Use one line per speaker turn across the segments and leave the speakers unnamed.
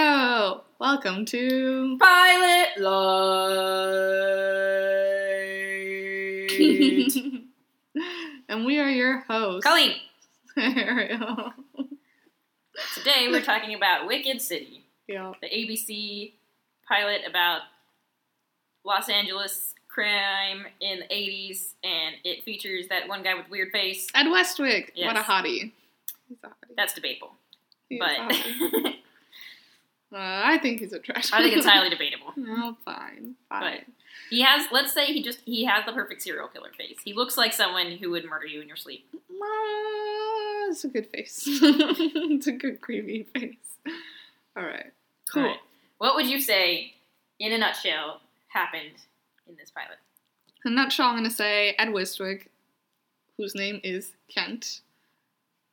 Yo, welcome to
Violet Light.
and we are your hosts.
Colleen,
Ariel.
today we're talking about Wicked City,
yeah.
the ABC pilot about Los Angeles crime in the 80s, and it features that one guy with weird face.
Ed Westwick. What a
Yes.
hottie. He's a hottie.
That's debatable,
He's a
but
hottie.
I
Uh, I think he's a trash.
think it's highly debatable.
Oh, fine. Fine.
He has, let's say, he just he has the perfect serial killer face. He looks like someone who would murder you in your sleep.
Uh, it's a good face. it's a good creamy face. All right. Cool.
Alright. What would you say, in a nutshell, happened in this pilot?
In a nutshell, I'm going to say Ed Westwick, whose name is Kent,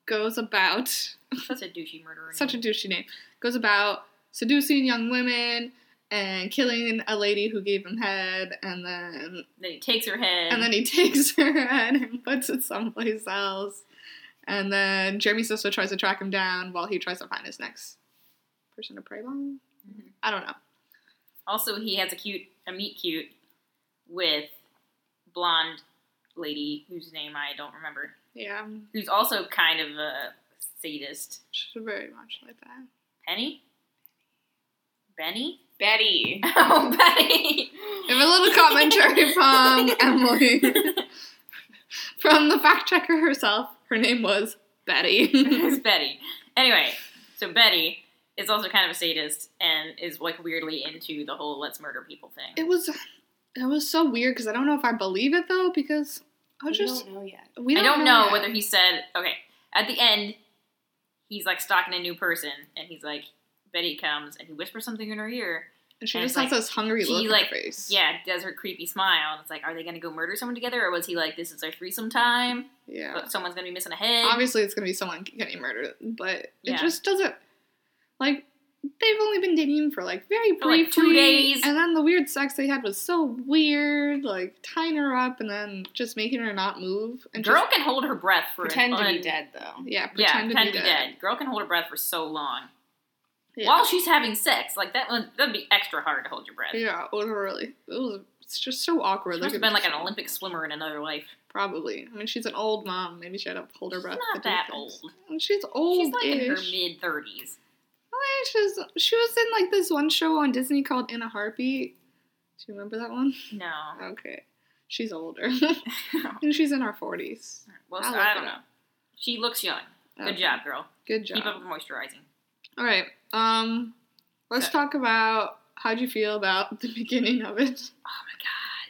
goes about
Such a douchey murderer.
such a douchey name. Goes about seducing young women and killing a lady who gave him head, and then
Then he takes her head.
and then he takes her head and puts it someplace else. And then Jeremy's sister tries to track him down while he tries to find his next person to prey on.
Mhm.
I don't know.
also he has a cute, a meet cute with blonde lady whose name I don't remember,
Yeah,
who's also kind of a sadist.
she's very much like that.
Penny. Benny.
Betty.
Oh, Benny.
We have a little commentary from Emily, from the fact checker herself. Her name was Betty.
it's Betty. Anyway, so Betty is also kind of a sadist and is like weirdly into the whole let's murder people thing.
It was it was so weird because I don't know if I believe it though because I was just
don't know yet.
we
I don't know
yet.
whether he said okay at the end. He's like stalking a new person, and he's like Betty comes and he whispers something in her ear.
and she
and
just
it's
has
like-
this hungry
she,
look
like-
on her face.
Yeah, does her creepy smile. And it's like, are they gonna go murder someone together, or was he like, this is our threesome time?
yeah.
But someone's gonna be missing a head.
Obviously, it's gonna be someone getting murdered, but it
Yeah.
just doesn't like they've only been dating for like very
For, like, two
briefly,
days.
and then the weird sex they had was so weird, like tying her up and then just making her not move and
Girl
just,
can hold her breath for
Pretend to
an-
be dead though.
yeah, pretend,
Yeah,
to,
pretend
be dead.
Girl can hold her breath for so long
Yeah.
while she's having sex. Like that one, that'd be extra hard to hold your breath.
yeah, literally, it was it's just so awkward.
She must
Look
have
at
been like
this.
an Olympic swimmer in another life.
Probably. I mean, she's an old mom. Maybe she had to hold her
She's
breath.
not
to do
that
things.
old.
And She's old.
She's like in her mid thirties.
She's she was in like this one show on Disney called In a Heartbeat. Do you remember that one?
No,
Okay, she's older. and she's in her forties.
Well,
I'll
so
look
I
it
don't know.
up.
She looks young. Good Oh. job, girl.
Good job.
Keep up with moisturizing.
All right. Um, let's
So-
talk about how'd you feel about the beginning of it.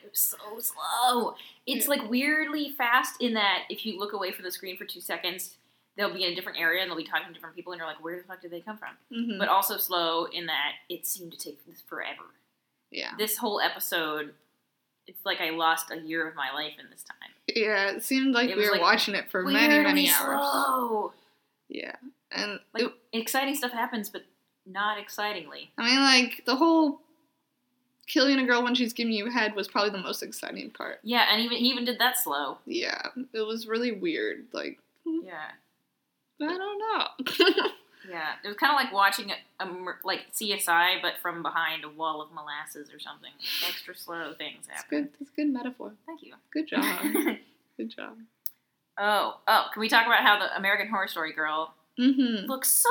It was so slow. It's like weirdly fast in that if you look away from the screen for two seconds, they'll be in a different area and they'll be talking to different people, and you're like, where the fuck did they come from?
Mm-hmm.
But also slow in that it seemed to take forever.
yeah.
This whole episode, it's like I lost a year of my life in this time.
Yeah. It seemed like
It
we
was,
were
like,
watching it for many,
Weirdly
many hours.
Slow.
Yeah. And
Like
it-
exciting stuff happens, but not excitingly.
I mean, like the whole killing a girl when she's giving you head was probably the most exciting part.
Yeah, and even he even did that slow.
Yeah, it was really weird. Like
Yeah.
I don't know.
Yeah, it was kind of like watching a, a mur- like CSI, but from behind a wall of molasses or something. Extra slow things
it's
happen.
good. Uh-huh. It's a good metaphor.
Thank you.
Good job. good job.
oh, oh, can we talk about how the American Horror Story girl
Mm-hmm.
looks so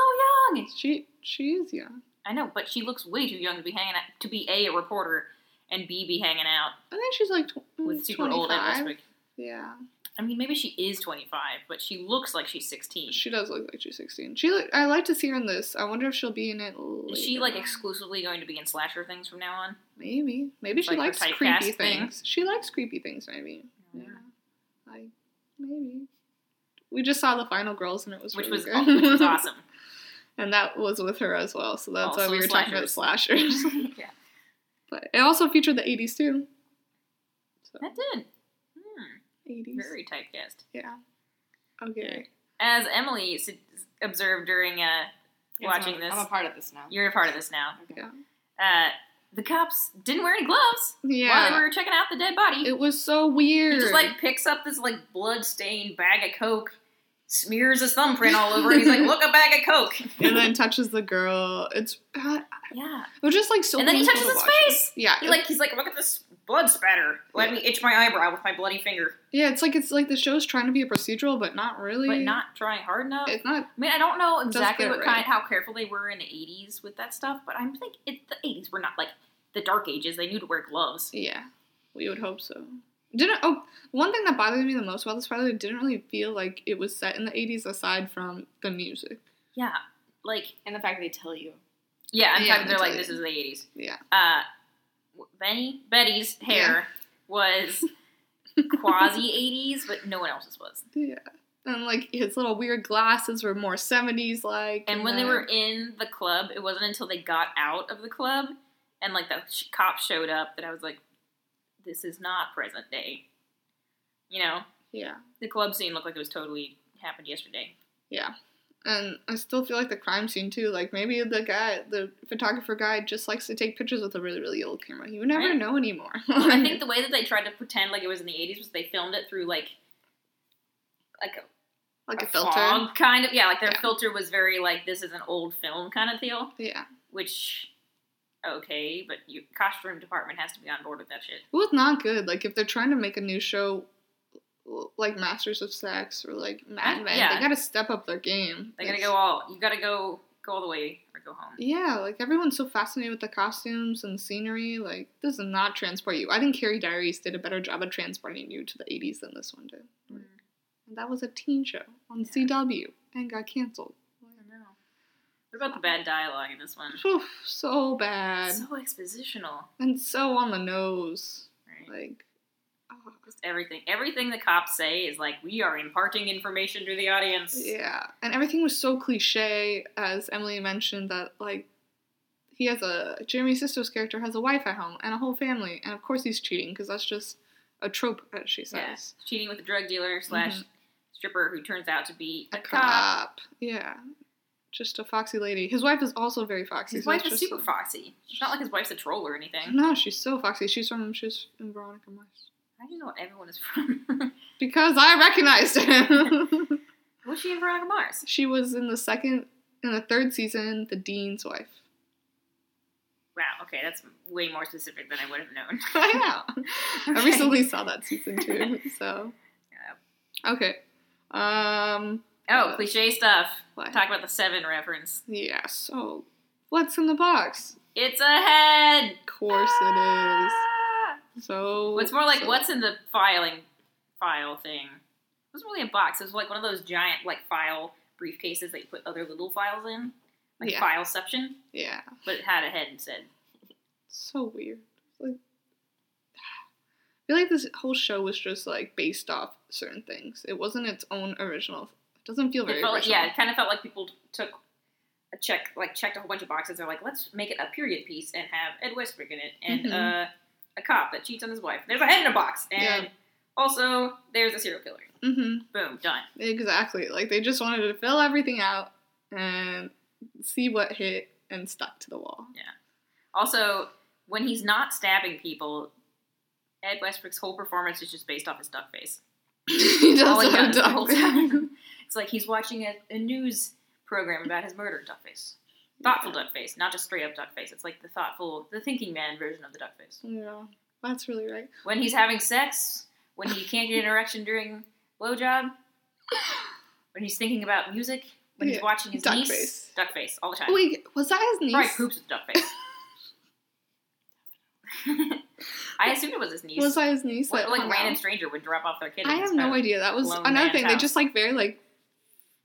young?
She she is young.
I know, but she looks way too young to be hanging out, to be a a reporter and b be hanging out
I think she's like tw-
with super
25.
old Ed Westwick.
Yeah,
I mean, maybe she is twenty five, but she looks like she's sixteen.
she does look like she's sixteen. She look, I like to see her in this. I wonder if she'll be in it. Later.
Is she like exclusively going to be in slasher things from now on?
maybe maybe she
like
likes
her
creepy
typecast thing?
things. She likes creepy things. Maybe. Yeah. Like, maybe. We just saw the final girls and it was
Which
really
was,
good.
which was awesome.
and that was with her as well, so that's
Also
why we were talking about slashers.
yeah,
but it also featured the 80s too. So,
that did. Hmm.
80s.
Very typecast.
Yeah. Okay.
As Emily s- observed during uh,
Yes,
watching
I'm,
this,
I'm a part of this now.
you're a part of this now.
Okay.
Yeah.
Uh, the cops didn't wear any gloves while they
Yeah.
were checking out the dead body.
It was so weird.
he just like picks up this like blood-stained bag of coke smears his thumbprint all over. it. He's like, look, a bag of coke.
and then touches the girl. It's uh, it
Yeah.
was just like so.
and then he touches
painful to watch.
his face.
Yeah,
He like he's like, look at this blood spatter. Let me itch my eyebrow with my bloody finger,
yeah. It's like it's like the show's trying to be a procedural, but not really.
but not trying hard enough.
It's not.
I mean, I don't know exactly
get
what
it
kind,
right.
how careful they were in the '80s with that stuff, but I'm like, it, the '80s were not like the dark ages. They knew to wear gloves.
Yeah, we would hope so. Didn't oh one thing that bothered me the most about this pilot, it didn't really feel like it was set in the '80s aside from the music.
Yeah, like
And the fact they tell you.
yeah. In
Yeah,
fact, they're like,
that's
this is the '80s.
Yeah.
Uh, Benny Betty's hair was quasi '80s, but no one else's was.
Yeah, and like his little weird glasses were more '70s like.
And when they were in the club, it wasn't until they got out of the club and like the sh- cop showed up that I was like, this is not present day. You know,
yeah,
the club scene looked like it was totally happened yesterday.
and I still feel like the crime scene too. Like maybe the guy, the photographer guy, just likes to take pictures with a really really old camera. You never
Right.
know anymore.
I think the way that they tried to pretend like it was in the 80s was they filmed it through like like a,
like a
a
filter.
fog kind of yeah, like their
Yeah.
filter was very like this is an old film kind of deal,
Yeah,
which okay, but your costume department has to be on board with that shit.
it was not good. Like if they're trying to make a new show. Like Masters of Sex or like Mad Men,
Yeah.
they gotta step up their game.
They gotta
It's-
go all you gotta go go all the way or go home.
Yeah, like everyone's so fascinated with the costumes and the scenery. Like, this does not transport you. I think Carrie Diaries did a better job of transporting you to the 80s than this one did.
Mm.
And that was a teen show on
Yeah.
CW and got canceled.
What about the bad dialogue in this one?
Oof, so bad.
So expositional,
and so on the nose.
right?
Like, oh,
Just everything. Everything the cops say is like, we are imparting information to the audience.
yeah. And everything was so cliche, as Emily mentioned, that, like, he has a. Jeremy Sisto's character has a wife at home and a whole family. And of course he's cheating because that's just a trope, as she says.
Yeah. Cheating with a drug dealer slash
Mm-hmm.
stripper who turns out to be a,
a
cop.
cop. Yeah. Just a foxy lady. His wife is also very foxy.
His
so
wife
it's
is
just-
super foxy. It's not like his wife's a troll or anything.
No, she's so foxy. She's from she's from Veronica Mars.
I don't know what everyone is from.
Because I recognized him.
was she in Veronica Mars?
she was in the second in the third season, the dean's wife.
Wow. Okay, that's way more specific than I would have known.
I know. I
Okay.
recently saw that season too. So okay. Um
Oh, cliche stuff.
what?
Talk about the seven reference.
Yeah, so what's in the box?
It's a head. Ah!
Of course it is. So
What's more like
so-
what's in the filing file thing? It wasn't really a box. It was like one of those giant like file briefcases that you put other little files in, like
Yeah.
file section,
Yeah.
but it had a head instead.
so weird. Like, I feel like this whole show was just like based off certain things. It wasn't its own original. It doesn't feel very
It felt like,
original.
yeah, it kind of felt like people t- took a check, like checked a whole bunch of boxes. They're like, let's make it a period piece and have Ed Westbrook in it, and
Mhm.
uh, a cop that cheats on his wife. There's a head in a box, and
Yeah.
also there's a serial killer.
hmm
Boom, done.
Exactly. Like they just wanted to fill everything out and see what hit and stuck to the wall.
Also, when he's not stabbing people, Ed Westbrook's whole performance is just based off his duck face.
he
All he
does have
does the
duck
whole
face.
time. It's like he's watching a, a news program about his murder, duck face. Thoughtful duck face, not just straight up duck face. It's like the thoughtful, the thinking man version of the duck face.
Yeah, that's really right.
When he's having sex, when he can't get an erection during blowjob, when he's thinking about music, when he's
Yeah,
watching his
duck
niece,
face. Oh,
duck face all the time.
Wait, was that his niece?
Probably poops with duck face. I assumed it was his niece.
Was that his niece?
What,
that
like
hung
random
out?
stranger would drop off their kid.
I
in his
have no
phone.
idea. That was
blown
another
man's
thing. They
house.
just like very like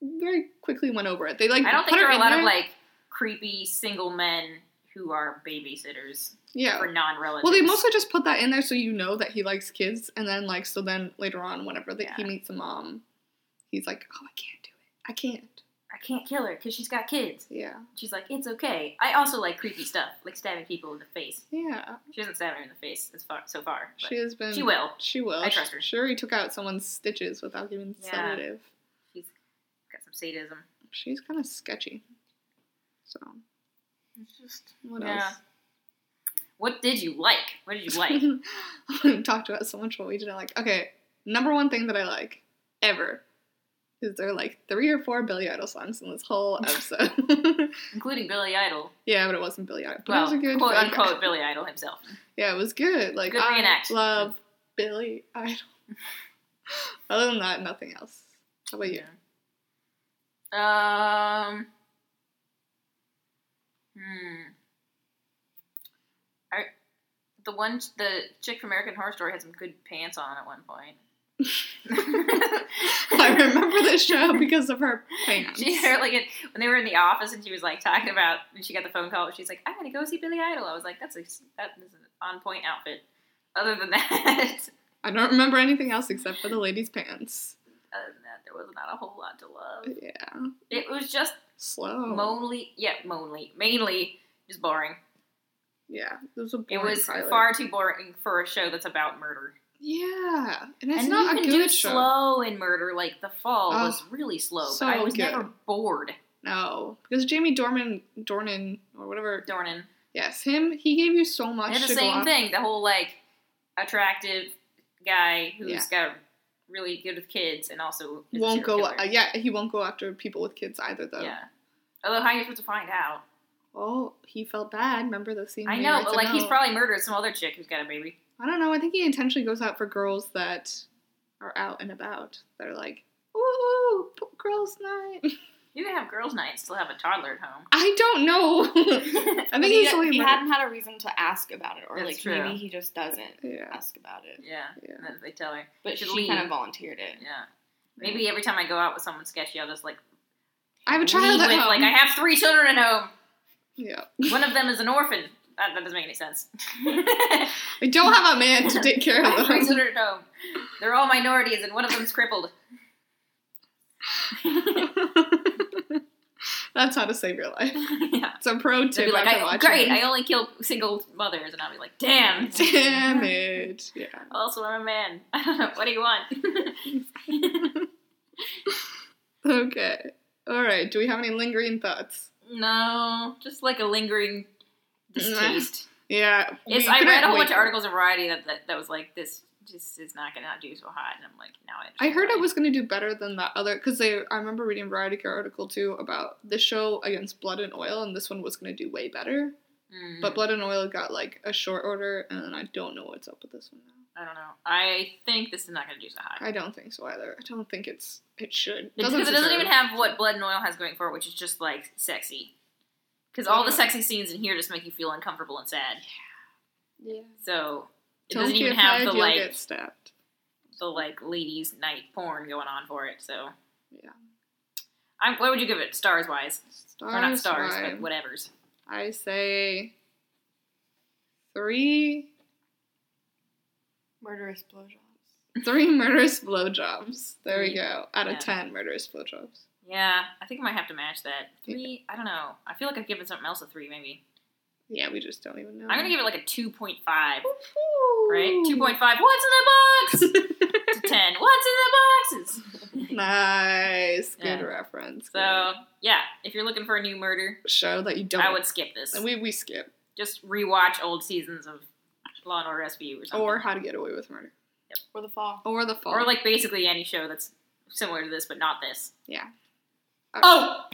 very quickly went over it. They like
I don't
put
think there
her
are a
in
lot of
there.
like creepy single men who are babysitters
yeah.
for non-relatives.
Oh. Well, they mostly just put that in there so you know that he likes kids, and then like so then later on, whenever that he
Yeah.
meets a mom, he's like, oh, I can't do it. I can't.
I can't kill her because she's got kids.
Yeah.
She's like, it's okay. I also like creepy stuff, like stabbing people in the face.
Yeah.
She hasn't stabbed her in the face as far so far. But
She has been.
she will.
She will.
I trust her.
She already took out someone's stitches without giving
Yeah.
sedative.
She's got some sadism.
She's kind of sketchy. So
It's just
what
Yeah. what did you like? What did you like?
else? Talked about so much what we didn't like. Okay, number one thing that I like ever because there are like three or four Billy Idol songs in this whole episode.
including Billy Idol.
yeah, but it wasn't Billy Idol. But it
well,
was a good
quote
okay.
unquote Billy Idol himself.
Yeah, it was good. Like
Good
I
reenact.
love Billy Idol. Other than that, nothing else. How about you?
Um. Hmm. I, the one, the chick from American Horror Story had some good pants on at one point.
I remember this show because of her fans.
She heard, like it, when they were in the office and she was like talking about when she got the phone call. She's like, "I'm gonna go see Billy Idol." I was like, "That's a that is an on point outfit." Other than that,
I don't remember anything else except for the lady's pants.
other than that, there was not a whole lot to love.
Yeah,
It was just
slow.
mainly, yeah, mainly, mainly just boring.
yeah, it was a
It
boring
was
pilot.
far too boring for a show that's about murder.
Yeah, and it's
and
not
you
a
can
good
do
show.
slow in murder, like The Fall
Oh,
was really slow,
so
but I was
good.
never bored.
No, because Jamie Dornan, Dornan, or whatever.
Dornan
Yes, him. He gave you so much.
they had
to
the
go
same
off.
thing. The whole like attractive guy who's
Yeah.
got really good with kids and also is a
Won't
serial
go.
killer.
Uh, yeah, he won't go after people with kids either, though.
yeah. Although how you're supposed to find out?
Oh, he felt bad. Remember the scene?
I
where
know,
it's
but
a
like he's
no?
probably murdered some other chick who's got a baby.
I don't know. I think he intentionally goes out for girls that are out and about. They're like, ooh, p- girls' night.
You can have girls' night and still have a toddler at home.
I don't know. I
But
think
he,
he's only
he
murdered-
hadn't had a reason to ask about it, or
That's
like
true.
maybe he just doesn't
yeah.
ask about it.
yeah.
Yeah.
And then they tell her.
But she
Should leave.
kind of volunteered it.
Yeah. Maybe every time I go out with someone sketchy, I'll just like
I have a child
leave
at
with,
home.
like I have three children at home.
yeah.
One of them is an orphan. That, that doesn't make any sense.
I don't have a man to take care
I have
of
three
them.
children at home. They're all minorities, and one of them's crippled.
That's how to save your life.
yeah.
It's a pro
They'd
tip
be like,
after
I,
watching.
great, I only kill single mothers, and I'll be like, damn.
Damn it. Yeah.
Also, I'm a man. what do you want?
Okay. All right. Do we have any lingering thoughts?
no, just like a lingering distaste.
Yeah.
It's,
we
I read
couldn't
a whole
wait.
bunch of articles in Variety that, that, that was like, this just is not going to do so hot, and I'm like, now I
I
understand
heard
why.
it was going to do better than that other because they. I remember reading a Variety article too about the show against Blood and Oil, and this one was going to do way better.
Mm.
But Blood and Oil got like a short order, and I don't know what's up with this one now.
I don't know. I think this is not going to do so hot.
I don't think so either. I don't think it's it should
It's because it doesn't
deserve-
even have what Blood and Oil has going for it, which is just like sexy. Because all the
Yeah.
sexy scenes in here just make you feel uncomfortable and sad.
Yeah.
So it
Don't
doesn't even
get
have
head,
the
you'll
like
get stabbed.
the like ladies' night porn going on for it. So
Yeah.
I, what would you give it stars wise?
Stars,
or not stars,
why-
but whatever's.
I say three,
Murderous blowjobs.
three murderous blowjobs. There we
Three.
go. Out of
Yeah.
ten murderous blowjobs.
Yeah, I think I might have to match that
Yeah.
three. I don't know. I feel like I've given something else a three. Maybe
Yeah, we just don't even know.
I'm gonna give it like a two point five.
Ooh.
Right, two point five. What's in the box? to ten. What's in the boxes?
Nice. Good
Yeah.
reference.
So yeah, if you're looking for a new murder,
Good show that you don't.
I would skip this.
And we we skip
Just rewatch old seasons of Law and Order SVU or something,
or How to Get Away with Murder
Or the fall.
or The Fall
Or, like basically any show that's similar to this but not this.
yeah.
Oh,